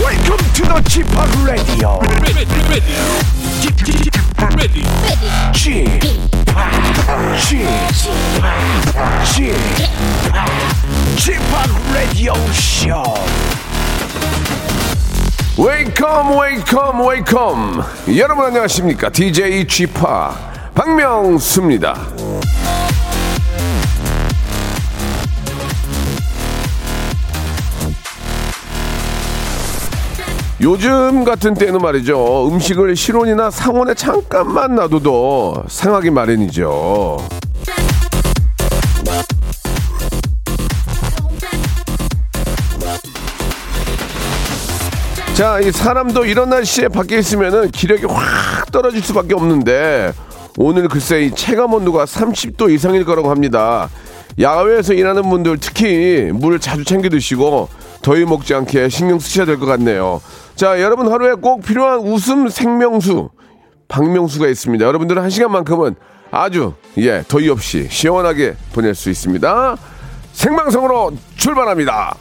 Welcome to the g p o p Radio. ready, ready, ready, ready. g p o p g p o p g p o p Radio Show. 웨이컴 웨이컴 웨이컴 여러분 안녕하십니까 DJ g p o p 박명수입니다 요즘 같은 때는 말이죠 음식을 실온이나 상온에 잠깐만 놔둬도 상하기 마련이죠 자, 이 사람도 이런 날씨에 밖에 있으면은 기력이 확 떨어질 수밖에 없는데 오늘 글쎄 이 체감 온도가 30도 이상일 거라고 합니다. 야외에서 일하는 분들 특히 물을 자주 챙겨 드시고 더위 먹지 않게 신경 쓰셔야 될 것 같네요. 자, 여러분 하루에 꼭 필요한 웃음 생명수 박명수가 있습니다. 여러분들은 한 시간만큼은 아주 예 더위 없이 시원하게 보낼 수 있습니다. 생방송으로 출발합니다.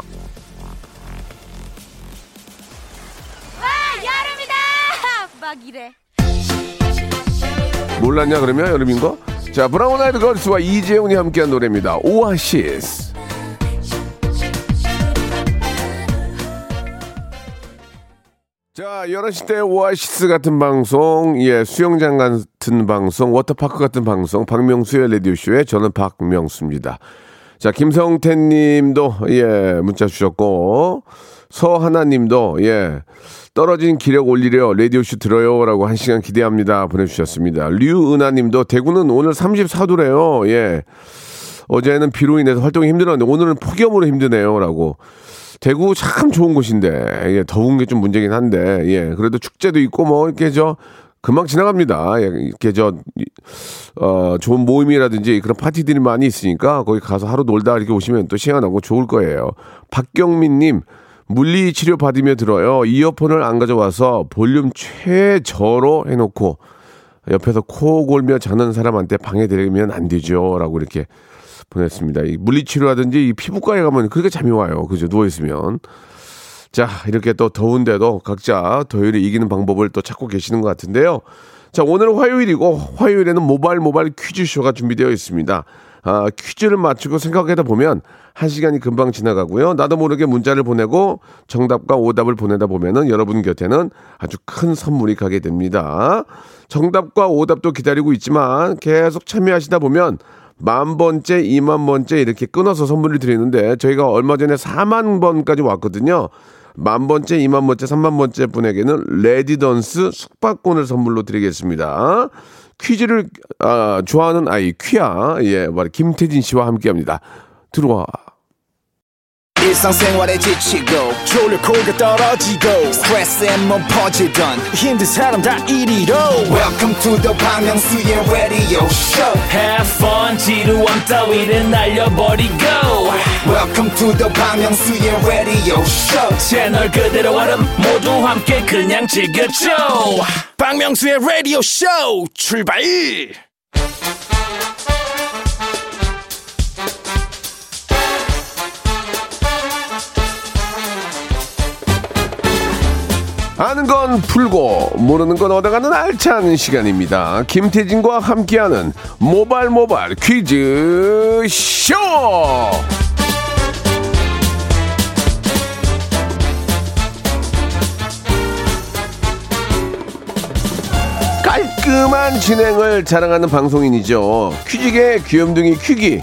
여름이다! 막 이래. 몰랐냐 그러면 여름인 거? 자 브라운 아이드 걸스와 이재훈이 함께한 노래입니다. 오아시스. 자 11시 때 오아시스 같은 방송, 예 수영장 같은 방송, 워터파크 같은 방송, 박명수의 라디오 쇼에 저는 박명수입니다. 자 김성태님도 예 문자 주셨고 서하나님도 예 떨어진 기력 올리려 라디오 쇼 들어요라고 한 시간 기대합니다 보내주셨습니다. 류은하님도 대구는 오늘 34도래요. 예 어제는 비로 인해서 활동이 힘들었는데 오늘은 폭염으로 힘드네요라고. 대구 참 좋은 곳인데 예, 더운 게 좀 문제긴 한데 예 그래도 축제도 있고 뭐 이렇게 저 금방 지나갑니다. 예, 이렇게 저 이, 어, 좋은 모임이라든지 그런 파티들이 많이 있으니까 거기 가서 하루 놀다 이렇게 오시면 또 시원하고 좋을 거예요. 박경민님 물리 치료 받으며 들어요. 이어폰을 안 가져와서 볼륨 최저로 해놓고 옆에서 코 골며 자는 사람한테 방해되면 안 되죠라고 이렇게 보냈습니다. 이 물리치료라든지 이 피부과에 가면 그렇게 잠이 와요. 그죠? 누워있으면. 자, 이렇게 또 더운데도 각자 더위를 이기는 방법을 또 찾고 계시는 것 같은데요. 자, 오늘은 화요일이고, 화요일에는 모발 모발 퀴즈쇼가 준비되어 있습니다. 아, 퀴즈를 맞추고 생각하다 보면 한 시간이 금방 지나가고요. 나도 모르게 문자를 보내고 정답과 오답을 보내다 보면은 여러분 곁에는 아주 큰 선물이 가게 됩니다. 정답과 오답도 기다리고 있지만 계속 참여하시다 보면 만 번째, 이만 번째 이렇게 끊어서 선물을 드리는데 저희가 얼마 전에 4만 번까지 왔거든요. 만 번째, 이만 번째, 삼만 번째 분에게는 레디던스 숙박권을 선물로 드리겠습니다. 퀴즈를 아, 좋아하는 아이 퀴아 예, 말 김태진 씨와 함께합니다. 들어와. 일상생활에 지치고, 졸려 코가 떨어지고, 스트레스에 몸 퍼지던, 힘든 사람 다 이리로. welcome to the Bang Myung-soo's radio show Have fun 지루함 따위를 날려버리고 welcome to the Bang Myung-soo's radio show 채널 그대로 얼음 모두 함께 그냥 즐겨줘 박명수의 라디오 쇼 출발! 아는 건 풀고 모르는 건 얻어가는 알찬 시간입니다. 김태진과 함께하는 모발 모발 퀴즈 쇼. 깔끔한 진행을 자랑하는 방송인이죠. 퀴즈계 귀염둥이 퀴기,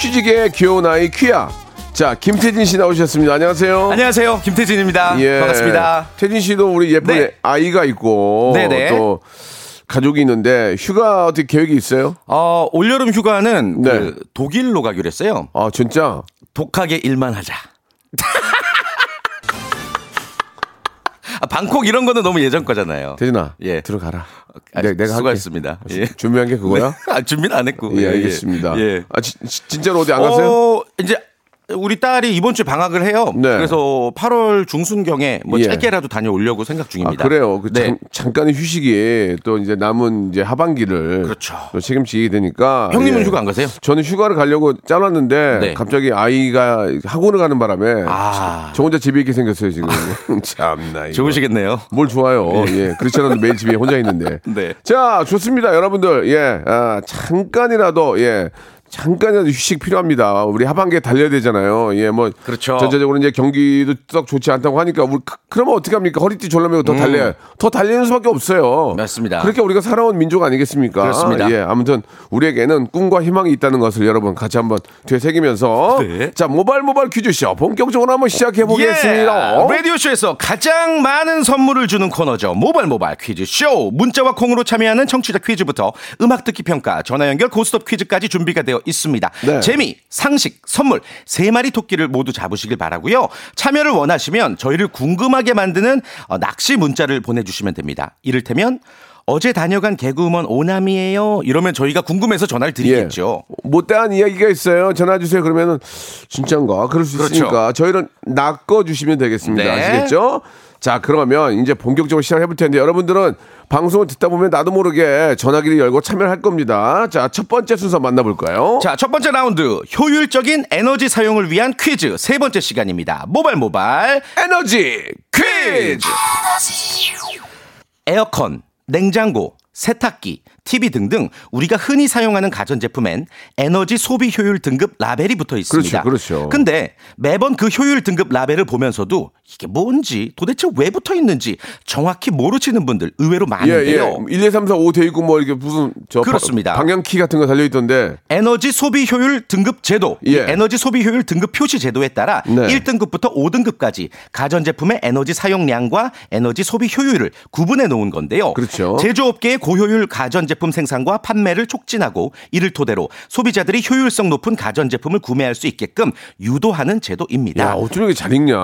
퀴즈계 귀여운 아이 퀴야. 자, 김태진 씨 나오셨습니다. 안녕하세요. 안녕하세요. 김태진입니다. 예. 반갑습니다. 태진 씨도 우리 예쁜 네. 아이가 있고 네네. 또 가족이 있는데 휴가 어떻게 계획이 있어요? 어, 올여름 휴가는 네. 그 독일로 가기로 했어요. 아 진짜? 독하게 일만 하자. 아, 방콕 이런 거는 너무 예전 거잖아요. 태진아, 예. 들어가라. 아, 네, 내가 할게. 예, 수고하셨습니다. 주- 예. 준비한 게 그거야? 네. 아, 준비는 안 했고. 예, 알겠습니다. 예. 아 지- 지- 진짜로 어디 안 가세요? 어, 이제 우리 딸이 이번 주에 방학을 해요. 네. 그래서 8월 중순경에 뭐 예. 짧게라도 다녀오려고 생각 아, 중입니다. 그래요. 그 네. 잠, 잠깐의 휴식이 또 이제 남은 이제 하반기를 그렇죠. 또 책임지게 되니까. 형님은 예. 휴가 안 가세요? 저는 휴가를 가려고 짜놨는데 네. 갑자기 아이가 학원을 가는 바람에 아. 저 혼자 집에 있게 생겼어요 지금. 참나. 아, 이거. 좋으시겠네요. 뭘 좋아요. 예. 그렇지 않아도 매일 집에 혼자 있는데. 네. 자, 좋습니다. 여러분들. 예. 아, 잠깐이라도, 예. 잠깐이라도 휴식 필요합니다. 우리 하반기에 달려야 되잖아요. 예, 뭐. 그렇죠. 전체적으로 이제 경기도 썩 좋지 않다고 하니까, 우리, 그- 그러면 어떻게 합니까? 허리띠 졸라매고 더 달려야, 더 달리는 수밖에 없어요. 음. 맞습니다. 그렇게 우리가 살아온 민족 아니겠습니까? 그렇습니다. 예, 아무튼 우리에게는 꿈과 희망이 있다는 것을 여러분 같이 한번 되새기면서. 네. 자, 모발 모발 퀴즈쇼 본격적으로 한번 시작해 보겠습니다. 예. 라디오쇼에서 가장 많은 선물을 주는 코너죠. 모발 모발 퀴즈쇼. 문자와 콩으로 참여하는 청취자 퀴즈부터 음악 듣기 평가, 전화 연결, 고스톱 퀴즈까지 준비가 되어 있습니다. 네. 재미, 상식, 선물 세 마리 토끼를 모두 잡으시길 바라고요. 참여를 원하시면 저희를 궁금하게 만드는 어, 낚시 문자를 보내주시면 됩니다. 이를테면 어제 다녀간 개그우먼 오남이에요. 이러면 저희가 궁금해서 전화를 드리겠죠. 예. 못다한 이야기가 있어요. 전화 주세요. 그러면은 진짠가? 그럴 수 그렇죠. 있으니까 저희는 낚아 주시면 되겠습니다. 네. 아시겠죠? 자, 그러면 이제 본격적으로 시작해 볼 텐데 여러분들은 방송을 듣다 보면 나도 모르게 전화기를 열고 참여를 할 겁니다. 자, 첫 번째 순서 만나볼까요? 자, 첫 번째 라운드 효율적인 에너지 사용을 위한 퀴즈 세 번째 시간입니다. 모발 모발 에너지 퀴즈. 에어컨, 냉장고, 세탁기, TV 등등 우리가 흔히 사용하는 가전제품엔 에너지 소비 효율 등급 라벨이 붙어 있습니다. 그렇죠, 그렇죠. 근데 매번 그 효율 등급 라벨을 보면서도 이게 뭔지 도대체 왜 붙어 있는지 정확히 모르시는 분들 의외로 예, 많은데요. 예. 1, 2, 3, 4, 5 돼 있고 뭐 이렇게 무슨 저 바- 그렇습니다. 방향키 같은 거 달려 있던데 에너지 소비 효율 등급 제도, 이 예. 에너지 소비 효율 등급 표시 제도에 따라 네. 1등급부터 5등급까지 가전제품의 에너지 사용량과 에너지 소비 효율을 구분해 놓은 건데요. 그렇죠. 제조업계의 고효율 가전제품 생산과 판매를 촉진하고 이를 토대로 소비자들이 효율성 높은 가전제품을 구매할 수 있게끔 유도하는 제도입니다. 야, 어쩜 이렇게 잘 읽냐.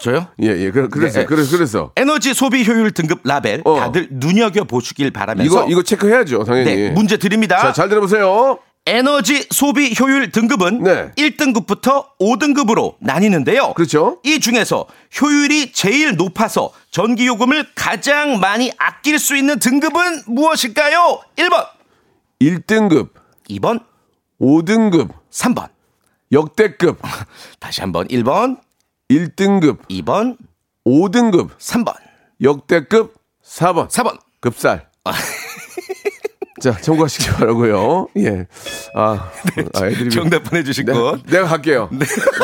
저요? 예, 예. 그래, 그래서 네. 그래서 그래서 에너지 소비 효율 등급 라벨 어. 다들 눈여겨 보시길 바라면서 이거 이거 체크해야죠, 당연히. 네, 문제 드립니다. 자, 잘 들어보세요. 에너지 소비 효율 등급은 네. 1등급부터 5등급으로 나뉘는데요. 그렇죠. 이 중에서 효율이 제일 높아서 전기요금을 가장 많이 아낄 수 있는 등급은 무엇일까요? 1번, 1등급, 2번, 5등급, 3번. 역대급, 다시 한번 1번, 1등급, 2번, 5등급, 3번, 역대급, 4번. 4번. 급살. 아. 자, 참고하시기 바라고요 예. 아, 아 애들이. 네, 정답 네. 보내주신 내가, 분. 내가 갈게요.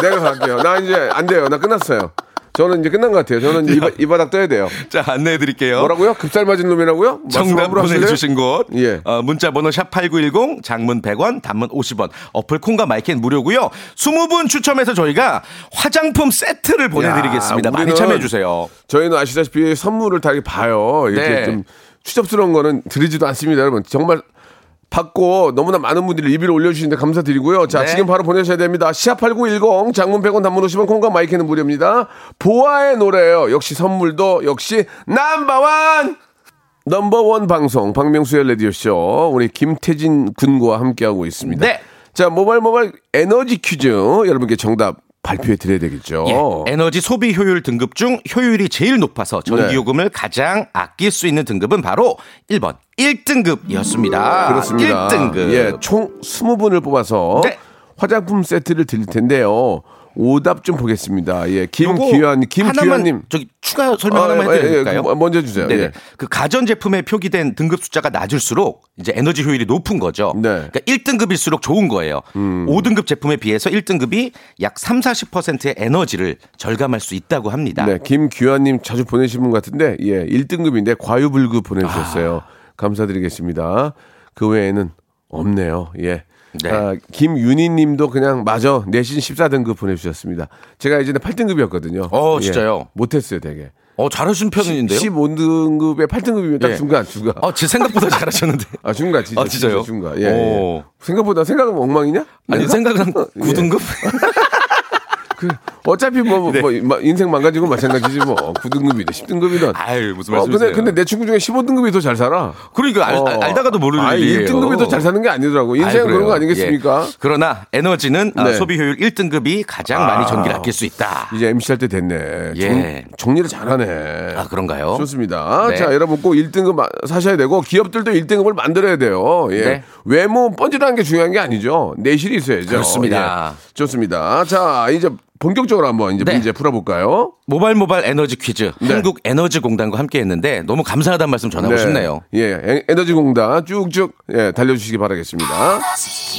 내가 갈게요. 나 이제 안 돼요. 나 끝났어요. 저는 이제 끝난 것 같아요. 저는 이제 이, 바, 이 바닥 떠야 돼요. 자, 안내해 드릴게요. 뭐라고요? 급살 맞은 놈이라고요? 말씀 정답 함부로 하실래요? 보내주신 곳 예. 어, 문자 번호 샵8910 장문 100원 단문 50원 어플 콩과 마이캔 무료고요 20분 추첨해서 저희가 화장품 세트를 보내드리겠습니다 야, 많이 우리는 참여해주세요 저희는 아시다시피 선물을 다 이렇게 봐요. 이렇게 네. 좀 추접스러운 거는 드리지도 않습니다, 여러분. 정말 받고 너무나 많은 분들이 리뷰를 올려주시는데 감사드리고요. 자, 네. 지금 바로 보내셔야 됩니다. 시아8910 장문 100원 단문 50원 콩과 마이크는 무료입니다. 보아의 노래예요. 역시 선물도 역시 넘버원! 넘버원 방송 박명수의 라디오쇼 우리 김태진 군과 함께하고 있습니다. 네. 자, 모발 모발 에너지 퀴즈 여러분께 정답 발표해 드려야 되겠죠. 예, 에너지 소비 효율 등급 중 효율이 제일 높아서 네. 전기요금을 가장 아낄 수 있는 등급은 바로 1번 1등급이었습니다 그렇습니다. 1등급 예, 총 20분을 뽑아서 아, 네. 화장품 세트를 드릴 텐데요. 오답 좀 보겠습니다. 예, 요거 김규현, 하나만 김규현님. 저기 추가 설명 아, 예, 하나만 예, 해드릴까요? 그, 먼저 해주세요. 네네. 예. 그 가전 제품에 표기된 등급 숫자가 낮을수록 이제 에너지 효율이 높은 거죠. 네. 음. 그러니까 1등급일수록 좋은 거예요. 5등급 제품에 비해서 1등급이 약 3, 40%의 에너지를 절감할 수 있다고 합니다. 네, 김규현님 자주 보내신 분 같은데, 예, 1등급인데 과유불급 아. 보내주셨어요. 감사드리겠습니다. 그 외에는 없네요. 예. 네. 아, 김윤희 님도 그냥 마저 내신 14등급 보내주셨습니다. 제가 예전에 8등급이었거든요. 예, 어, 진짜요? 못했어요, 되게. 어, 잘하신 편인데요. 15등급에 8등급이면 딱 예. 중간, 중간. 어, 제 생각보다 잘하셨는데. 아 중간 진짜 아, 진짜요? 중간 예, 예. 오. 생각보다 생각은 엉망이냐? 아니, 내가? 생각은 예. 9등급? 그, 어차피 뭐, 네. 뭐, 뭐, 인생 망가지고 마찬가지지 뭐. 9등급이든 10등급이든. 아유, 무슨 어, 근데, 말씀이세요? 근데 내 친구 중에 15등급이 더 잘 살아. 그러니까 알, 어. 다가도 모르는 아니, 일이에요. 1등급이 더 잘 사는 게 아니더라고. 아이, 인생은 그런 그래요. 거 아니겠습니까? 예. 그러나 에너지는 아, 네. 소비 효율 1등급이 가장 많이 전기를 아낄 수 있다. 이제 MC 할 때 됐네. 예. 정, 정리를 잘하네. 아, 그런가요? 좋습니다. 네. 자, 여러분 꼭 1등급 마- 사셔야 되고 기업들도 1등급을 만들어야 돼요. 예. 네. 외모 뻔질하는 게 중요한 게 아니죠. 내실이 있어야죠. 그렇습니다. 예. 좋습니다. 자, 이제 본격적으로 한번 이제 네. 문제 풀어볼까요? 모발 모발 에너지 퀴즈 네. 한국 에너지 공단과 함께 했는데 너무 감사하다는 말씀 전하고 싶네요. 예, 에- 에너지공단 쭉쭉 예, 달려주시기 바라겠습니다.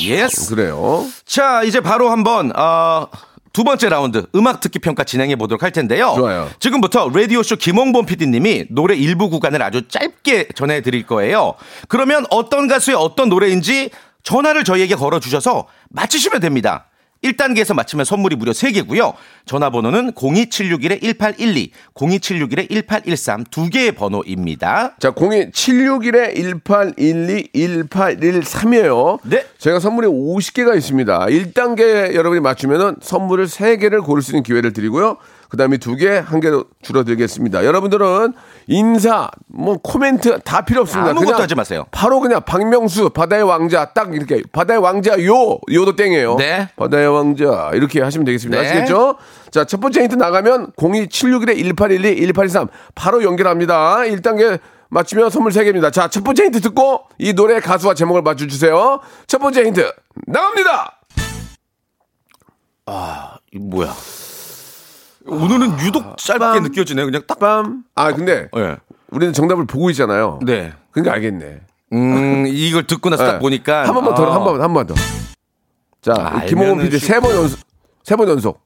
예스. 그래요. 자, 이제 바로 한번 어, 두 번째 라운드 음악 듣기 평가 진행해 보도록 할 텐데요. 좋아요. 지금부터 라디오 쇼 김홍범 PD님이 노래 일부 구간을 아주 짧게 전해 드릴 거예요. 그러면 어떤 가수의 어떤 노래인지 전화를 저희에게 걸어 주셔서 맞히시면 됩니다. 1단계에서 맞히면 선물이 무려 3개고요. 전화번호는 02761-1812, 02761-1813 두 개의 번호입니다. 자, 02761에 1812, 1813이에요. 네. 제가 선물이 50개가 있습니다. 1단계 여러분이 맞추면은 선물을 3개를 고를 수 있는 기회를 드리고요. 그 다음에 2개, 1개로 줄어들겠습니다. 여러분들은 인사, 뭐, 코멘트 다 필요 없습니다. 아무것도 그냥 하지 마세요. 바로 그냥 박명수, 바다의 왕자, 딱 이렇게. 바다의 왕자, 요! 요도 땡이에요. 네. 바다의 왕자. 이렇게 하시면 되겠습니다. 네. 아시겠죠? 자, 첫 번째 힌트 나가면 02761에 1812, 1813 바로 연결합니다. 1단계 맞추면 선물 3개입니다. 자, 첫 번째 힌트 듣고 이 노래 가수와 제목을 맞춰주세요. 첫 번째 힌트 나갑니다! 이 뭐야? 오늘은 유독 짧게 빰. 느껴지네요. 그냥 딱. 빰. 아, 근데 예. 우리는 정답을 보고 있잖아요. 네. 그러니까 알겠네. 음, 이걸 듣고 나서 예. 딱 보니까 한 번만 더, 아, 한 번, 한 번 더. 자, 알면은 김호원 PD 쉽고. 세번 연속. 세 번 연속.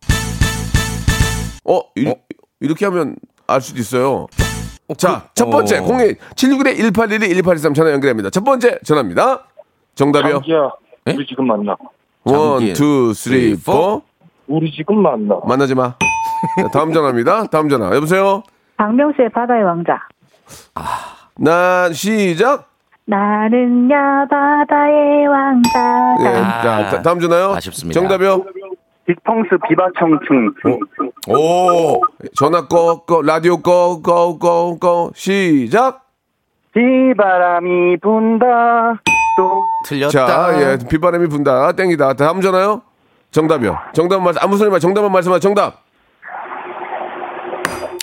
어, 이, 이렇게 하면 알 수도 있어요. 어, 자, 그- 첫 번째 어. 0 7 6 1 1812 1813 전화 연결합니다. 첫 번째 전화입니다. 정답이요. 장기야, 예? 우리 지금 만나. 원, 투, 쓰리, 쓰리, 포. 포. 우리 지금 만나. 만나지 마. 자, 다음 전화입니다. 다음 전화. 여보세요. 박명수의 바다의 왕자. 나 시작. 나는야 바다의 왕자. 예, 자, 다- 다음 전화요. 아. 아쉽습니다. 정답이요. 어, 빅펑스 비바청춘. 오. 전화 꺼, 꺼, 라디오 꺼, 꺼, 꺼, 꺼. 시작. 비바람이 분다. 또 틀렸다. 자, 예, 비바람이 분다. 땡이다. 다음 전화요. 정답이요. 정답 말 아무 소리 말 정답만 말씀하. 정답.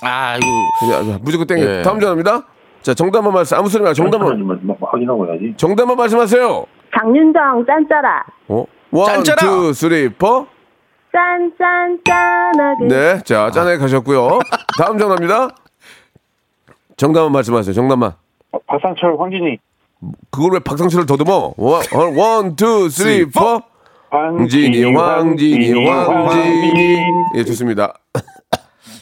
아, 이거 야, 야, 무조건 땡이. 예. 다음 전화입니다. 자, 정답만 말씀 아무 소리 말 정답만. 뭐 확인하고 해야지. 정답만 말씀하세요. 장윤정 짠짜라. 어? 원, 짠짜라. 투, 쓰리, 포. 짠짠짠하게. 네, 자 짠하게 가셨고요. 다음 전화입니다. 정답만 말씀하세요. 정답만. 박상철, 황진이. 그걸 왜 박상철을 더듬어? 원, 원, 투, 쓰리, 포. 황진이, 황진이, 황진이. 예, 좋습니다.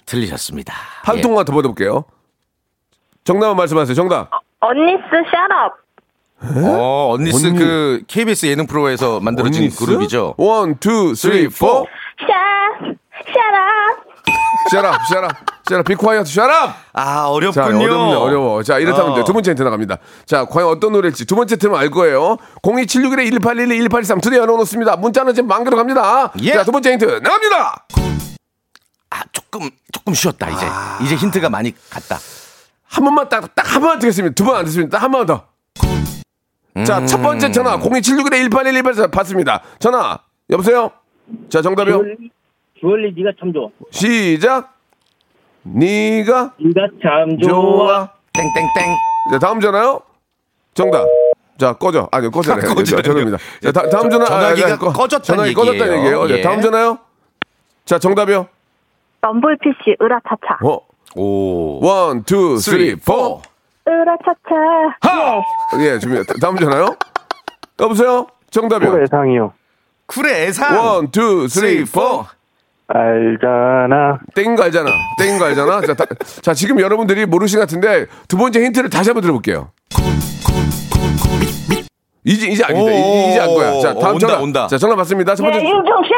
틀리셨습니다. 한 예. 통만 더 받아볼게요. 정답만 말씀하세요. 정답. 언니스 샷업. 어, 언니스 네? 언니. 그 KBS 예능 프로에서 만들어진 원니스? 아, 그룹이죠. 원, 투, 쓰리, 포. 샷. 샷업. 샤랍, 샤랍, 샤랍. 비콰이어트 샤랍. 아, 자, 어렵군요. 어렵네, 어려워. 자, 이렇다면 어. 이제 두 번째 힌트 나갑니다. 자, 과연 어떤 노래일지 두 번째 틀은 알 거예요. 02761에 1811, 1813 투대 열어놓습니다. 문자는 지금 만개로 갑니다. 예. 자, 두 번째 힌트 나갑니다. 아, 조금 조금 쉬었다 이제. 아. 이제 힌트가 많이 갔다. 한 번만 딱, 딱 한 번만 듣겠습니다. 두 번 안 듣습니다. 딱 한 번 더. 자, 음. 첫 번째 전화 02761에 1811, 1813 받습니다. 전화, 여보세요? 자, 정답이요. 주얼리 네가 참 좋아. 시작. 네가 네가 참 좋아. 땡땡땡. 자, 다음 전화요. 정답. 자, 꺼져. 아니요, 꺼져요. 꺼져요. 전화입니다. 자, 다, 다음 전화. 전화기가 아, 꺼- 꺼졌다는 전화기 꺼졌다는 얘기예요. 얘기예요. 예. 자, 다음 전화요. 자, 정답이요. 럼블피쉬 으라차차. 어. 오. 원, 투, 쓰리, 포. 으라차차. 예, 준비. 다음 전화요. 여보세요. 정답이요. 네. 예상이요. 쿨의 애상. 원, 투, 쓰리, 쓰리, 포. 포. 알잖아. 땡인 거 알잖아. 땡인 거 알잖아. 자, 다- 자, 지금 여러분들이 모르신 것 같은데 두 번째 힌트를 다시 한번 들어볼게요. 이제 이제 알겠다. 이- 이제 알 거야. 자, 다음 오, 어, 온다, 전화. 온다. 자, 전화 받습니다. 첫 번째. 네, 윤종신.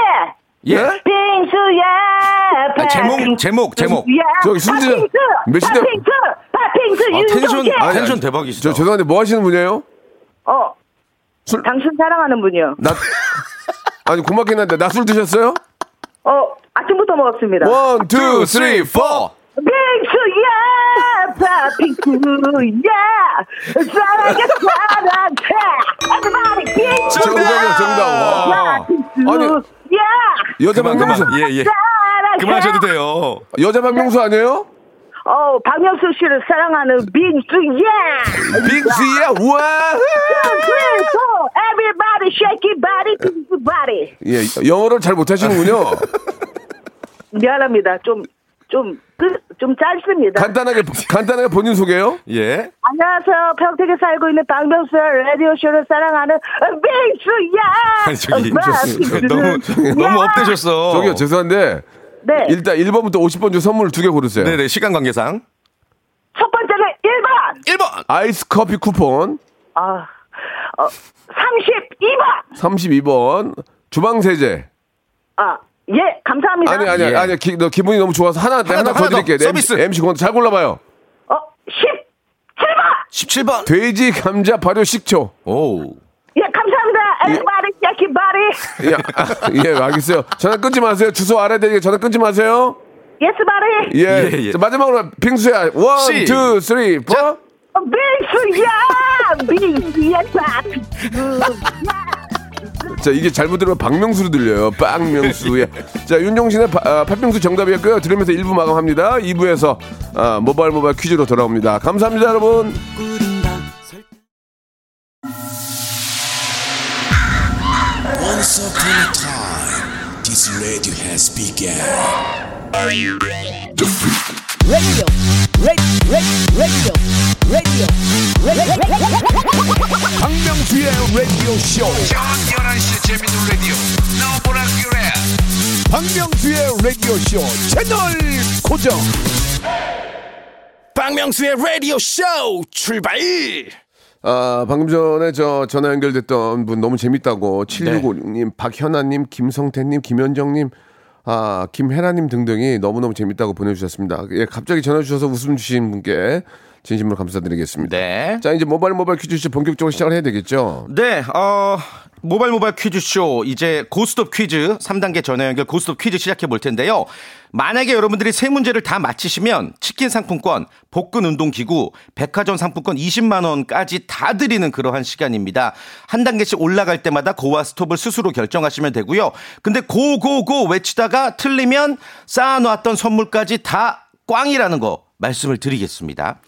예? 빙수야. 아, 제목 제목 제목. 저기 순진아, 몇 시대- 팥빙수. 팥빙수 아, 텐션 윤종신. 아, 아니, 텐션 아니, 대박이시다. 저 죄송한데 뭐 하시는 분이에요? 어. 술- 당신 사랑하는 분이요. 나 아니 고맙긴 한데 나 술 드셨어요? 어. 아침부터 먹었습니다. 원, 투, 쓰리, 포. 빙수야, 파핑크야, 사랑해, 사랑해. Everybody, 빙수. 정답이야, 정답. 와. 아니, 빙수야, 여자 박명수. 예, 예. 사랑해. 그만하셔도 돼요. 예. 여자 박명수 아니에요? 어, 박명수 씨를 사랑하는 빙수야. 빅스야, 우와! 빙수, everybody, shake your body, 빙수 body. 예, 영어를 잘 못하시는군요. 아. 미안합니다. 좀, 좀, 그, 좀 짧습니다. 간단하게, 간단하게 본인 소개요? 예. 안녕하세요. 평택에 살고 있는 박명수의 라디오쇼를 사랑하는 빙수야! 아니, 저기, 엄마, 빙수는 너무, 너무 야! 업되셨어. 저기요, 죄송한데. 네. 일단 1번부터 50번 중 선물 두 개 고르세요. 네네, 시간 관계상. 첫 번째는 1번! 1번! 아이스 커피 쿠폰, 아, 어, 32번! 32번, 주방 세제. 아, 예, 감사합니다. 아니, 아니, 예. 아니, 기, 너 기분이 너무 좋아서 하나, 하나, 더, 하나 하나 더 드릴게요. 더. 서비스. MC, MC 권잘 골라봐요. 어, 17번! 17번. 돼지, 감자, 발효, 식초. 어, 오. 예, 감사합니다. Everybody, 예, Jackie Body. 아, 예, 알겠어요. 전화 끊지 마세요. 주소 알아야 되니까 전화 끊지 마세요. Yes, Body. 예. 예, 예. 자, 마지막으로 빙수야. 원, 씨. 투, 쓰리, 포. 어, 빙수야! 빙수야, 다 빙수야! 자, 이게 잘못 들으면 박명수로 들려요. 박명수의. 자, 윤종신의 바- 아, 팥빙수 정답이었고요. 들으면서 1부 마감합니다. 2부에서 아, 모바일 모바일 퀴즈로 돌아옵니다. 감사합니다, 여러분. This radio has begun. 박명수의 라디오 쇼. 저녁 11시 재밌는 라디오. 너무나 귀래. 박명수의 라디오 쇼 채널 고정. 박명수의 라디오 쇼 출발 아, 방금 전에 저 전화 연결됐던 분 너무 재밌다고 네. 7656님, 박현아님, 김성태님, 김현정님, 아, 김혜라님 등등이 너무너무 재밌다고 보내주셨습니다. 예, 갑자기 전화 주셔서 웃음 주신 분께 진심으로 감사드리겠습니다. 네. 자, 이제 모바일 모바일 퀴즈 시 본격적으로 시작을 해야 되겠죠? 네, 어, 모바일 모바일 퀴즈쇼, 이제 고스톱 퀴즈, 3단계 전화 연결 고스톱 퀴즈 시작해 볼 텐데요. 만약에 여러분들이 세 문제를 다 맞히시면 치킨 상품권, 복근 운동기구, 백화점 상품권 20만원까지 다 드리는 그러한 시간입니다. 한 단계씩 올라갈 때마다 고와 스톱을 스스로 결정하시면 되고요. 근데 고고고 외치다가 틀리면 쌓아놓았던 선물까지 다 꽝이라는 거 말씀을 드리겠습니다.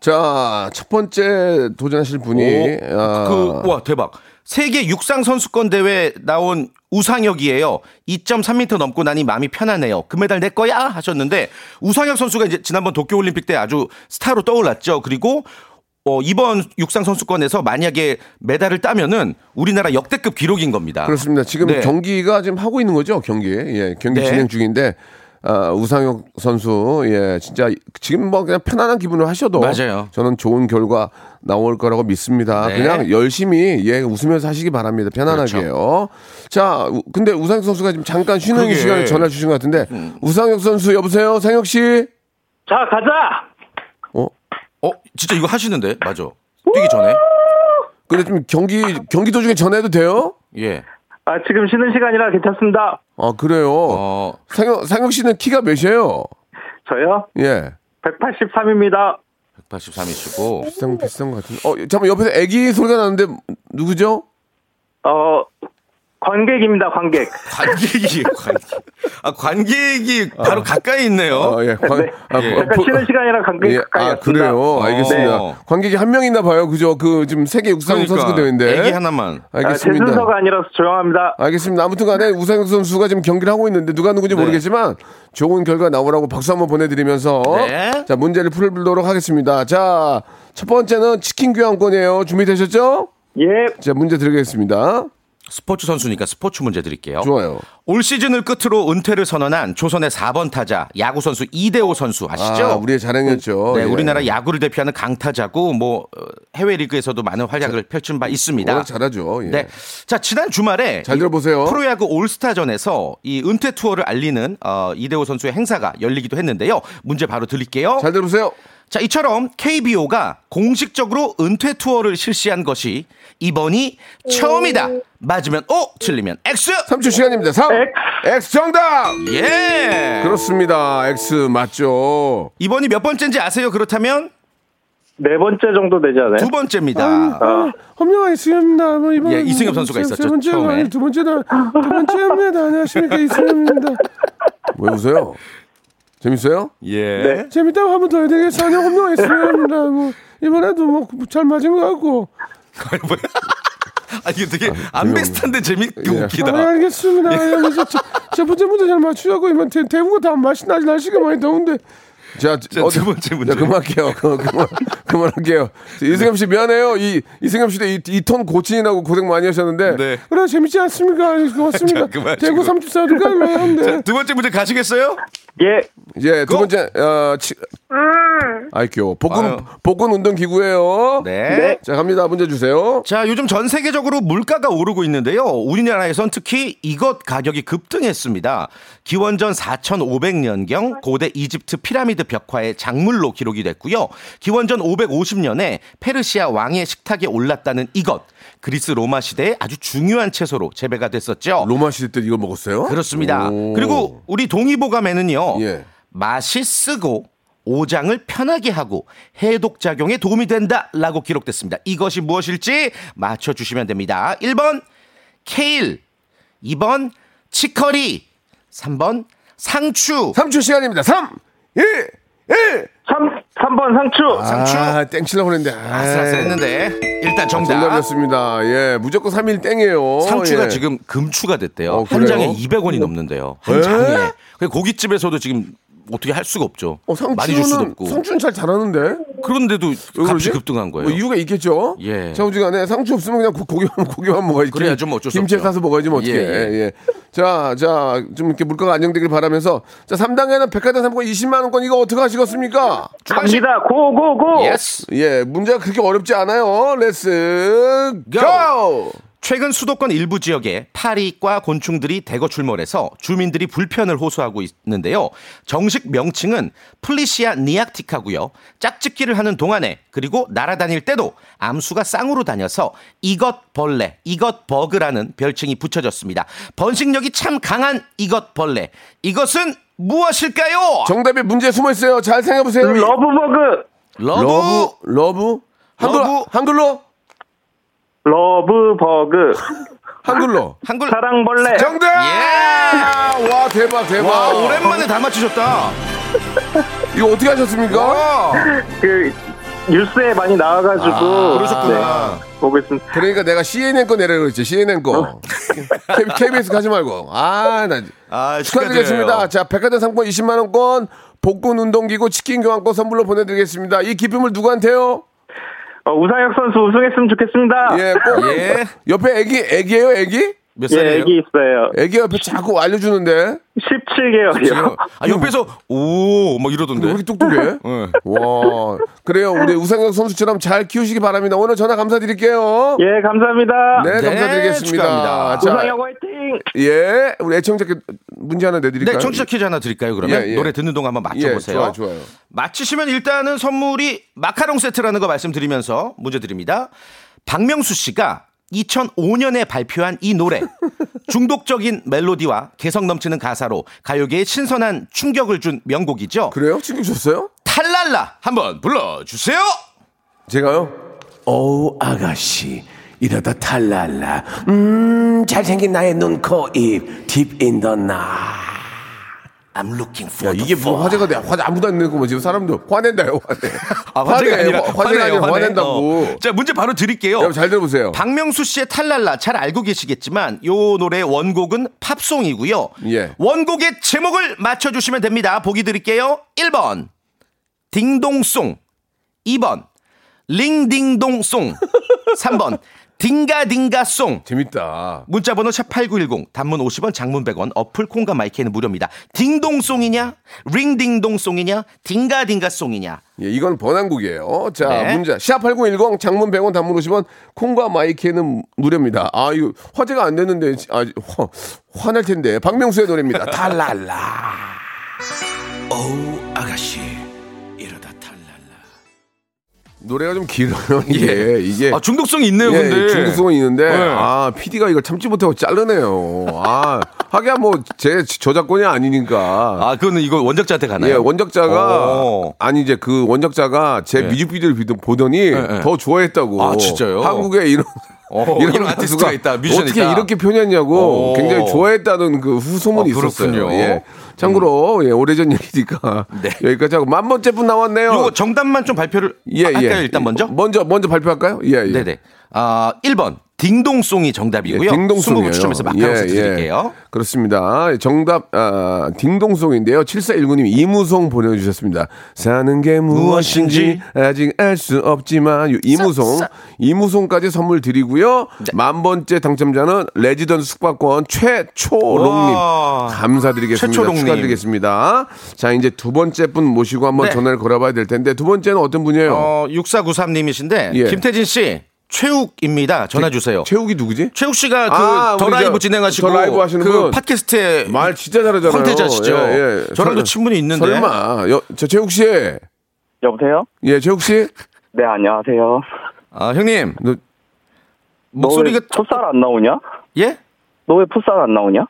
자, 첫 번째 도전하실 분이, 아, 오, 그, 와, 대박. 세계 육상 선수권 대회 나온 우상혁이에요. 2.3m 넘고 나니 마음이 편하네요. 금메달 내 거야 하셨는데 우상혁 선수가 이제 지난번 도쿄 올림픽 때 아주 스타로 떠올랐죠. 그리고 어, 이번 육상 선수권에서 만약에 메달을 따면은 우리나라 역대급 기록인 겁니다. 그렇습니다. 지금 네. 경기가 지금 하고 있는 거죠? 경기. 예, 경기 네. 진행 중인데. 아, 우상혁 선수, 예, 진짜 지금 뭐 그냥 편안한 기분으로 하셔도 맞아요. 저는 좋은 결과 나올 거라고 믿습니다. 네. 그냥 열심히 예 웃으면서 하시기 바랍니다. 편안하게요. 그렇죠. 자, 우- 근데 우상혁 선수가 지금 잠깐 쉬는 그러게. 시간에 전화 주신 것 같은데 음. 우상혁 선수 여보세요, 상혁 씨. 자, 가자! 어? 어, 진짜 이거 하시는데? 맞아. 뛰기 전에. 근데 좀 경기 경기 도중에 전화해도 돼요? 예. 아, 지금 쉬는 시간이라 괜찮습니다. 아 그래요. 어, 상혁 상혁 씨는 키가 몇이에요? 저요? 예. 183입니다. 183이시고. 비싼 비싼 것 같은데. 어 잠깐 옆에서 아기 소리가 나는데 누구죠? 어, 관객입니다, 관객. 관객이 관객. 아, 관객이 바로 가까이 있네요. 아. 어, 예. 관, 아, 예. 어, 약간 보- 그러니까 쉬는 시간이라 관객 예. 가까이 아 왔습니다. 네. 그래요. 알겠습니다. 어. 관객이 한 명 있나 봐요. 그죠? 그 지금 세계 육상 선수권 대회인데. 그러니까. 애기 하나만. 아, 제 알겠습니다. 순서가 아니라서 조용합니다. 알겠습니다. 아무튼간에 우상혁 선수가 지금 경기를 하고 있는데 누가 누군지 네. 모르겠지만 좋은 결과 나오라고 박수 한번 보내드리면서 네. 자 문제를 풀도록 하겠습니다. 자 첫 번째는 치킨 교환권이에요. 준비되셨죠? 예, 자 문제 드리겠습니다. 스포츠 선수니까 스포츠 문제 드릴게요. 좋아요. 올 시즌을 끝으로 은퇴를 선언한 조선의 4번 타자 야구 선수 이대호 선수 아시죠? 아, 우리의 자랑이었죠. 네, 예. 우리나라 야구를 대표하는 강타자고 뭐 어, 해외 리그에서도 많은 활약을 펼친 바 있습니다. 워낙 잘하죠. 예. 네. 자, 지난 주말에 잘 들어보세요. 이 프로야구 올스타전에서 이 은퇴 투어를 알리는 어, 이대호 선수의 행사가 열리기도 했는데요. 문제 바로 드릴게요. 잘 들어보세요. 자, 이처럼 KBO가 공식적으로 은퇴 투어를 실시한 것이 이번이 처음이다. 맞으면 O, 틀리면 X. 3초 시간입니다. 3. X. 정답. 예. 그렇습니다. X 맞죠. 이번이 몇 번째인지 아세요? 그렇다면 네 번째 정도 되지 않아요? 두 번째입니다. 엄명아 이승엽입니다. 뭐 이번 예, 이승엽 선수가 세- 있었죠, 세 번째 처음에. 아니, 두 번째다. 두 번째입니다. 안녕하십니까 이승엽입니다. 왜 웃어요? 재밌어요? 예. 재밌다고 한 번 더 해야 되겠어. 아니 엄명아 이승엽입니다. 뭐 이번에도 뭐 잘 맞은 것 같고. 아, 예. 이게 되게 안 비슷한데 재밌게 아, 웃기다. 알겠습니다. 예. 그래서 저, 저 번째 문제 잘 맞추자고 이번 대, 대구가 다 맛이 날 날씨가 많이 더운데. 자, 자, 두 번째 문제. 자, 그만할게요. 그만, 그만, 그만할게요. 자, 이승엽 씨 미안해요. 이 이승엽 씨도 이톤 고친이라고 고생 많이 하셨는데. 네. 그래 재밌지 않습니까? 고맙습니다. 자, 그만 대구 지금. 34도가 왜 자, 한데? 두 번째 문제 가시겠어요? 예. 예, 두 번째 어, 치, 아이 귀여워. 복근 아유. 복근 운동 기구예요. 네. 자, 갑니다. 문제 주세요. 자, 요즘 전 세계적으로 물가가 오르고 있는데요. 우리나라에선 특히 이것 가격이 급등했습니다. 기원전 4500년경 고대 이집트 피라미드 벽화의 작물로 기록이 됐고요. 기원전 550년에 페르시아 왕의 식탁에 올랐다는 이것. 그리스 로마 시대에 아주 중요한 채소로 재배가 됐었죠. 로마 시대 때 이거 먹었어요? 그렇습니다. 오. 그리고 우리 동의보감에는요. 예. 맛이 쓰고 오장을 편하게 하고 해독 작용에 도움이 된다라고 기록됐습니다. 이것이 무엇일지 맞춰 주시면 됩니다. 1번 케일, 2번 치커리, 3번 상추. 3초 시간입니다. 3 2 1 3, 삼번 상추. 상추. 아, 땡 치려고 했는데. 아, 아슬아슬했는데 일단 정답. 정답이었습니다. 예, 무조건 3일 땡이에요. 상추가 예. 지금 금추가 됐대요. 어, 한 장에 그래요? 200원이 넘는데요. 한 에? 장에. 그 고깃집에서도 지금 어떻게 할 수가 없죠. 어, 상추는, 많이 줄 수도 없고. 상추는 잘 자라는데. 그런데도 왜 값이 그러지? 급등한 거예요. 뭐 이유가 있겠죠. 예. 자, 우지간에 상추 없으면 그냥 고- 고기만 고기만 먹어야지. 그래야 김- 좀 어쩔 수 김치 없죠. 사서 먹어야지 뭐 어떻게. 예, 예, 예. 예. 자, 자, 좀 이렇게 물가가 안정되길 바라면서 자, 3당에는 백화점 상품권 20만 원권 이거 어떻게 하시겠습니까? 갑니다. 고, 고, 고. 예스. 예, 문제가 그렇게 어렵지 않아요. 렛츠 고! 최근 수도권 일부 지역에 파리과 곤충들이 대거 출몰해서 주민들이 불편을 호소하고 있는데요. 정식 명칭은 플리시아 니악티카고요. 짝짓기를 하는 동안에 그리고 날아다닐 때도 암수가 쌍으로 다녀서 이것 벌레, 이것 버그라는 별칭이 붙여졌습니다. 번식력이 참 강한 이것 벌레. 이것은 무엇일까요? 정답이 문제에 숨어 있어요. 잘 생각해 보세요. 음, 러브버그. 러브. 러브 한글 러브. 한글로 러브버그. 한글로 한글 사랑벌레. 정답 예! 와 대박 대박 와, 오랜만에 다 맞추셨다. 이거 어떻게 하셨습니까 그, 뉴스에 많이 나와가지고. 아, 그러셨구나. 네, 보고 있습니다. 그러니까 내가 CNN 거 내려고 그랬지 CNN 거 KBS 가지 말고 아나 아, 축하드리겠습니다 자 백화점 상품 20만 원권 복근 운동기구 치킨 교환권 선물로 보내드리겠습니다 이 기쁨을 누구한테요 어, 우상혁 선수 우승했으면 좋겠습니다. 예꼭 예. 옆에 애기 애기예요 애기 몇 예, 살이에요? 애기 있어요. 애기 옆에 자꾸 알려주는데 17개월이요. 아, 옆에서 오, 막 왜 이러던데. 이렇게 똑똑해 예. 와 그래요 우리 우상혁 선수처럼 잘 키우시기 바랍니다 오늘 전화 감사드릴게요 예, 감사합니다. 네, 네, 감사드리겠습니다. 축하합니다. 우상혁 화이팅! 예, 우리 애청자께 문제 하나 내드릴까요? 네, 청취자 퀴즈 하나 드릴까요, 그러면? 그러니까 예, 예. 노래 듣는 동안 한번 맞춰보세요. 예, 좋아요, 좋아요. 맞히시면 일단은 선물이 마카롱 세트라는 거 말씀드리면서 문제 드립니다. 박명수 씨가 2005년에 발표한 이 노래. 중독적인 멜로디와 개성 넘치는 가사로 가요계에 신선한 충격을 준 명곡이죠. 그래요? 친구 줬어요? 탈랄라 한번 불러주세요. 제가요? 어우 아가씨 이러다 탈랄라 음 잘생긴 나의 눈, 코, 입 Deep in the night I'm looking for 야, 이게 뭐 화제가 돼? 화제 아무도 안 내고 뭐 지금 사람도 화낸다요, 화내. 아, 화제가 화내, 아니라 화- 화제가 화내요, 아니라 화내. 화낸다고. 어. 자, 문제 바로 드릴게요. 여러분 잘 들어보세요. 박명수 씨의 탈랄라 잘 알고 계시겠지만 요 노래의 원곡은 팝송이고요. 예. 원곡의 제목을 맞춰 주시면 됩니다. 보기 드릴게요. 1번. 딩동송. 2번. 링딩동송. 3번. 딩가딩가송. 재밌다. 문자 번호 샵8910 단문 50원 장문 100원 어플 콩과 마이크는 무료입니다. 딩동송이냐? 링딩동송이냐? 딩가딩가송이냐? 예, 이건 번안곡이에요. 자, 네. 문자. 샵8910 장문 100원 단문 50원 콩과 마이키에는 무료입니다. 아, 이거 화제가 안 됐는데 아, 화, 화낼 텐데. 박명수의 노래입니다. 탈랄라. 어우 아가씨 이러다 탈랄라 노래가 좀 길어요. 예, 이게 이게 아, 중독성이 있네요, 예, 근데. 중독성은 있는데 네. 아 PD가 이걸 참지 못하고 자르네요. 아 하기야 뭐 제 저작권이 아니니까. 아 그거는 이거 원작자한테 가나요? 예, 원작자가 네. 오. 아니 이제 그 원작자가 제 예. 뮤직비디오를 비도- 보더니 예. 더 좋아했다고. 아, 진짜요? 한국에 이런 어, 이런 가수가 아티스트가 있다, 뮤지션 어떻게 있다. 이렇게 표현했냐고 오. 굉장히 좋아했다는 그 후소문이 아, 그렇군요. 음. 네. 있었어요. 예. 참고로 예, 오래전 얘기니까 여기까지 하고 만 번째 분 나왔네요. 요거 정답만 좀 발표를 예, 아, 할까요? 예. 일단 먼저? 먼저 먼저 발표할까요? 예, 예. 네네. 아 1번 딩동송이 정답이고요. 예, 딩동송이에요. 20분 추첨해서 마카로스 드릴게요. 예. 그렇습니다. 정답 아, 딩동송인데요. 7419님 이무송 보내주셨습니다. 사는 게 무엇인지 아직 알 수 없지만 요 이무송 이무송까지 선물 드리고요. 네. 만 번째 당첨자는 레지던스 숙박권 최초롱님 와. 감사드리겠습니다. 최초롱님. 축하드리겠습니다. 자 이제 두 번째 분 모시고 한번 네. 전화를 걸어봐야 될 텐데 두 번째는 어떤 분이에요? 어 6493님이신데 예. 네. 김태진 씨 최욱입니다. 전화 주세요. 최욱이 누구지? 최욱 씨가 아, 그 우리 저- 더라이브 진행하시고 더 라이브 하시는 그 분. 팟캐스트에 말 진짜 잘하잖아요. 컨텐츠시죠. 예, 예. 저랑도 설- 친분이 있는데. 설마. 여, 저 최욱 씨. 여보세요? 예, 최욱 씨. 네, 안녕하세요. 아, 형님. 너- 뭐- 목소리가 너 왜 풋살 안 나오냐? 예? 너 왜 풋살 안 나오냐?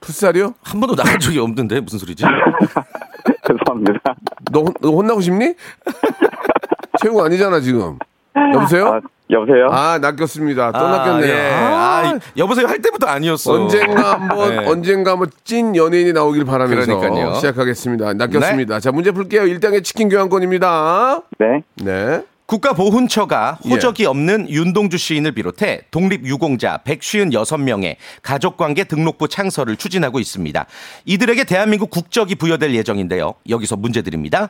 풋살이요? 한 번도 나간 적이 없는데 무슨 소리지? 죄송합니다. 너, 혼- 너 혼나고 싶니? 최욱 아니잖아 지금. 여보세요? 아, 여보세요? 낚였습니다. 또 낚였네요. 예. 아, 아, 여보세요 할 때부터 아니었어. 언젠가 한번 네. 언젠가 한번 찐 연예인이 나오길 바라면서 그러니까요. 네. 시작하겠습니다. 낚였습니다. 자 문제 풀게요. 일당의 치킨 교환권입니다. 네. 네. 국가보훈처가 예. 호적이 없는 윤동주 시인을 비롯해 독립유공자 156명의 가족관계 등록부 창설을 추진하고 있습니다. 이들에게 대한민국 국적이 부여될 예정인데요. 여기서 문제 드립니다.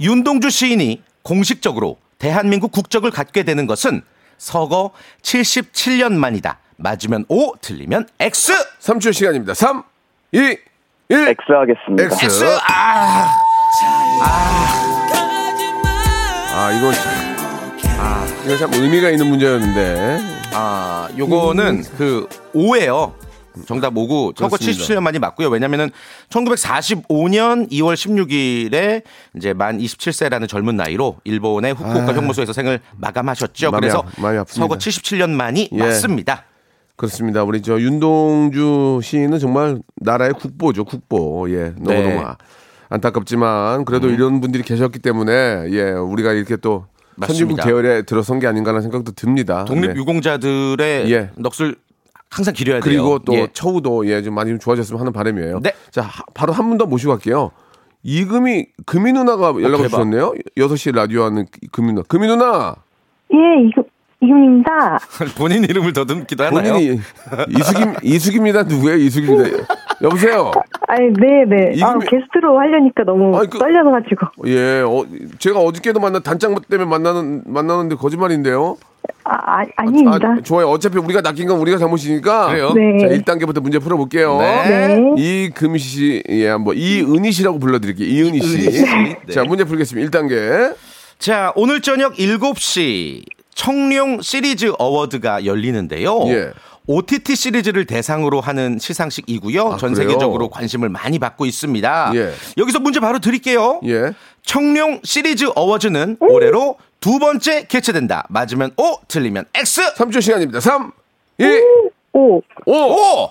윤동주 시인이 공식적으로 대한민국 국적을 갖게 되는 것은 서거 77년 만이다. 맞으면 O, 틀리면 X. 3초 시간입니다. 3, 2, 1. X 하겠습니다. X. 아. 아 이건 참, 아 이건 참 의미가 있는 문제였는데. 아, 요거는 그 5예요. 정답 5고 저거 그렇습니다. 77년 만이 맞고요. 왜냐면은 1945년 2월 16일에 이제 만 27세라는 젊은 나이로 일본의 후쿠오카 형무소에서 생을 마감하셨죠. 아. 마음이 그래서 아- 마음이 아픕니다. 서거 77년 만이 예. 맞습니다. 그렇습니다. 우리 저 윤동주 시인은 정말 나라의 국보죠. 국보. 예. 너무너무 네. 음. 아- 안타깝지만 그래도 이런 분들이 계셨기 때문에 예, 우리가 이렇게 또 선진국 맞습니다. 계열에 들어선 게 아닌가라는 생각도 듭니다. 독립 네. 유공자들의 예. 넋을 항상 기려야 돼요. 그리고 또 예. 처우도 예, 좀 많이 좀 좋아졌으면 하는 바람이에요. 네. 자, 하- 바로 한 분 더 모시고 갈게요. 이금희 금희 누나가 연락을 어, 대박. 주셨네요. 6시 라디오 하는 금희 누나. 금희 누나. 예, 이금, 이금입니다. 본인 이름을 더듬기도 하나요? 본인이 이숙임 이숙입니다. 누구예요? 이숙입니다. 여보세요. 아니, 네, 네. 아, 이금이- 게스트로 하려니까 그- 너무 떨려가지고. 예, 어, 제가 어저께도 만나 단짝 때문에 만나는 만나는데 거짓말인데요. 아, 아, 아닙니다. 아, 좋아요. 어차피 우리가 낚인 건 우리가 잘못이니까. 그래요? 네. 자, 1단계부터 문제 풀어 볼게요. 네. 이금희 씨, 예, 한번 이은희 씨라고 불러 드릴게요. 이은희 씨. 이은희 씨. 네. 자, 문제 풀겠습니다. 1단계. 자, 오늘 저녁 7시 청룡 시리즈 어워드가 열리는데요. 예. OTT 시리즈를 대상으로 하는 시상식이고요. 아, 전 그래요? 세계적으로 관심을 많이 받고 있습니다. 예. 여기서 문제 바로 드릴게요. 예. 청룡 시리즈 어워즈는 올해로 두 번째 개최된다. 맞으면 O, 틀리면 X. 3초 시간입니다. 3 2 오, 5. O.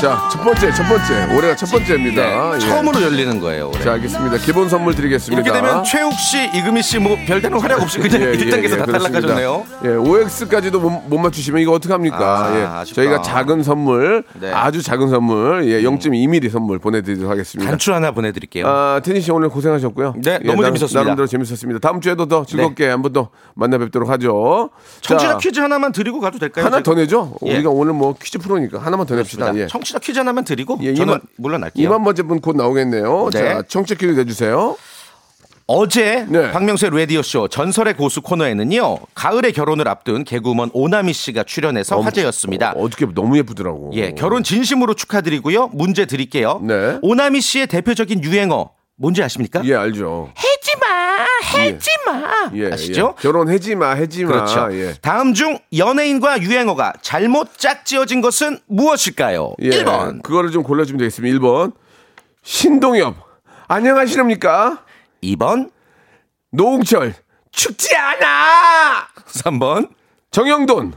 자, 첫 번째, 첫 번째. 올해가 첫 네, 번째입니다. 예. 처음으로 열리는 거예요. 올해. 자, 알겠습니다. 기본 선물 드리겠습니다. 이렇게 되면 최욱 씨, 이금희 씨 뭐 별다른 활약 없이 그냥 예, 예, 1단계에서 예, 네, 다 그렇습니다. 탈락하셨네요. 예, OX까지도 못, 못 맞추시면 이거 어떡합니까? 아, 예. 아쉽다. 저희가 작은 선물, 네. 음. 아주 작은 선물, 예, 0.2mm 선물 보내드리도록 하겠습니다. 단추 하나 보내드릴게요. 아, 테니 씨 오늘 고생하셨고요. 예, 네, 너무 나름- 재밌었습니다. 네. 나름대로 재밌었습니다. 다음 주에도 더 즐겁게 한번 더 만나뵙도록 하죠. 청취자 자, 퀴즈 하나만 드리고 가도 될까요? 하나 더 제가? 내죠? 예. 우리가 오늘 뭐 퀴즈 프로니까 하나만 더 냅시다. 예. 청취자 퀴즈 하나만 드리고 예, 저는 이만- 물러날게요. 2만 번째 분 곧 나오겠네요. 네. 자, 청취 퀴즈 내주세요. 어제 네. 박명수의 라디오쇼 전설의 고수 코너에는요. 가을에 결혼을 앞둔 개그우먼 오나미 씨가 출연해서 화제였습니다. 어, 어떻게 너무 예쁘더라고. 예, 결혼 진심으로 축하드리고요. 문제 드릴게요. 네. 오나미 씨의 대표적인 유행어 뭔지 아십니까? 예, 알죠. 해지마, 해지마. 예, 예. 아시죠? 결혼해지 마, 해지 마. 그렇죠. 예. 다음 중 연예인과 유행어가 잘못 짝지어진 것은 무엇일까요? 예, 1번. 그거를 좀 골라주면 되겠습니다. 1번. 신동엽. 안녕하시렵니까? 2번 노홍철 춥지 않아 3번 정영돈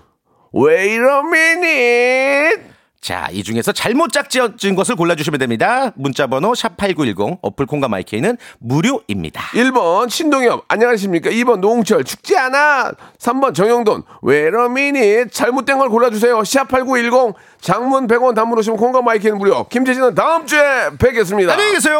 왜 이러미니 자, 이 중에서 잘못 짝지어진 것을 골라주시면 됩니다. 문자번호 샵8910, 어플콩과 마이케이는 무료입니다. 예, 1번 신동엽 안녕하십니까 2번 노홍철 죽지 않아 3번 정영돈 외로미니 잘못된 걸 골라주세요 샵8910 장문 100원 담문 오시면 콩과 마이킹 무료 김재진은 다음 주에 뵙겠습니다 안녕히 계세요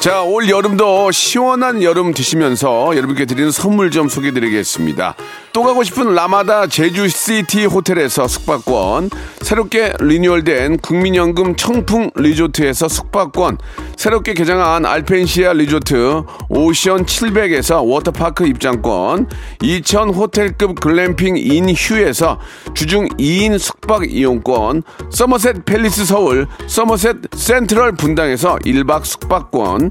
자, 올 여름도 시원한 여름 되시면서 여러분께 드리는 선물 좀 소개해 드리겠습니다. 또 가고 싶은 라마다 제주시티 호텔에서 숙박권, 새롭게 리뉴얼된 국민연금 청풍 리조트에서 숙박권, 새롭게 개장한 알펜시아 리조트 오션 700에서 워터파크 입장권, 이천 호텔급 글램핑 인휴에서 주중 2인 숙박 이용권, 서머셋 팰리스 서울, 서머셋 센트럴 분당에서 1박 숙박권,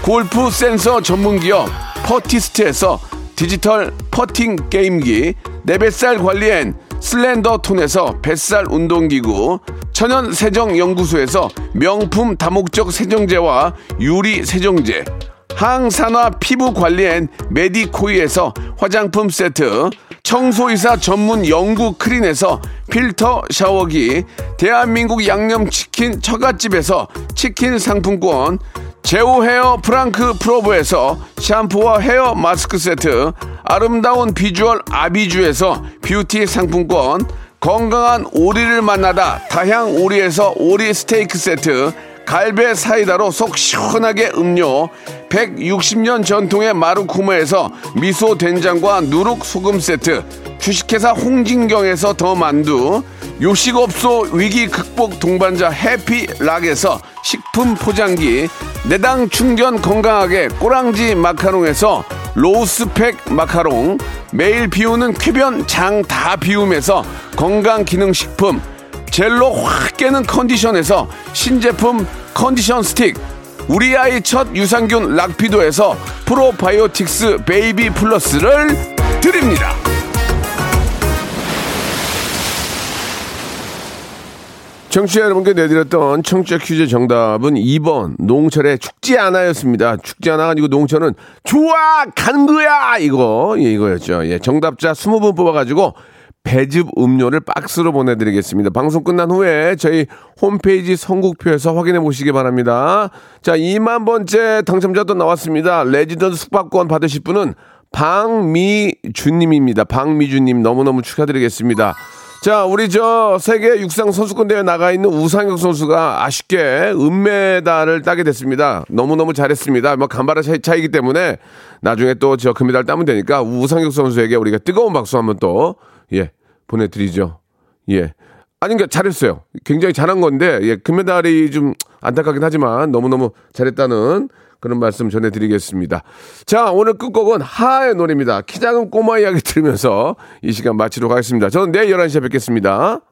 골프 센서 전문 기업 퍼티스트에서 디지털 퍼팅 게임기 내 뱃살 관리엔 슬렌더톤에서 뱃살 운동기구 천연 세정 연구소에서 명품 다목적 세정제와 유리 세정제 항산화 피부 관리엔 메디코이에서 화장품 세트 청소이사 전문 영구 크린에서 필터 샤워기 대한민국 양념치킨 처갓집에서 치킨 상품권 제오 헤어 프랑크 프로브에서 샴푸와 헤어 마스크 세트, 아름다운 비주얼 아비주에서 뷰티 상품권, 건강한 오리를 만나다 다향 오리에서 오리 스테이크 세트, 갈배 사이다로 속 시원하게 음료, 160년 전통의 마루코메에서 미소 된장과 누룩 소금 세트, 주식회사 홍진경에서 더 만두, 요식업소 위기 극복 동반자 해피락에서 식품 포장기, 내당 충전 건강하게 꼬랑지 마카롱에서 로스팩 마카롱, 매일 비우는 쾌변 장 다 비움에서 건강기능식품, 젤로 확 깨는 컨디션에서 신제품 컨디션 스틱, 우리 아이 첫 유산균 락피도에서 프로바이오틱스 베이비 플러스를 드립니다. 청취자 여러분께 내드렸던 청취자 퀴즈 정답은 2번 농철의 죽지 않아였습니다. 죽지 않아 가지고 농철은 좋아 가는 거야 이거 예, 이거였죠. 예, 정답자 20분 뽑아가지고 배즙 음료를 박스로 보내드리겠습니다. 방송 끝난 후에 저희 홈페이지 선곡표에서 확인해 보시기 바랍니다. 자 2만 번째 당첨자도 나왔습니다. 레지던트 숙박권 받으실 분은 박미준님입니다. 박미준님 너무너무 축하드리겠습니다. 자, 우리 저 세계 육상 선수권 대회 나가 있는 우상혁 선수가 아쉽게 은메달을 따게 됐습니다. 너무너무 잘했습니다. 뭐 간발의 차이, 차이기 때문에 나중에 또 저 금메달 따면 되니까 우상혁 선수에게 우리가 뜨거운 박수 한번 또 예, 보내 드리죠. 예. 아니 그러니까 잘했어요. 굉장히 잘한 건데 예, 금메달이 좀 안타깝긴 하지만 너무너무 잘했다는 그런 말씀 전해드리겠습니다. 자, 오늘 끝곡은 하의 노래입니다. 키 작은 꼬마 이야기 들으면서 이 시간 마치도록 하겠습니다. 저는 내일 11시에 뵙겠습니다.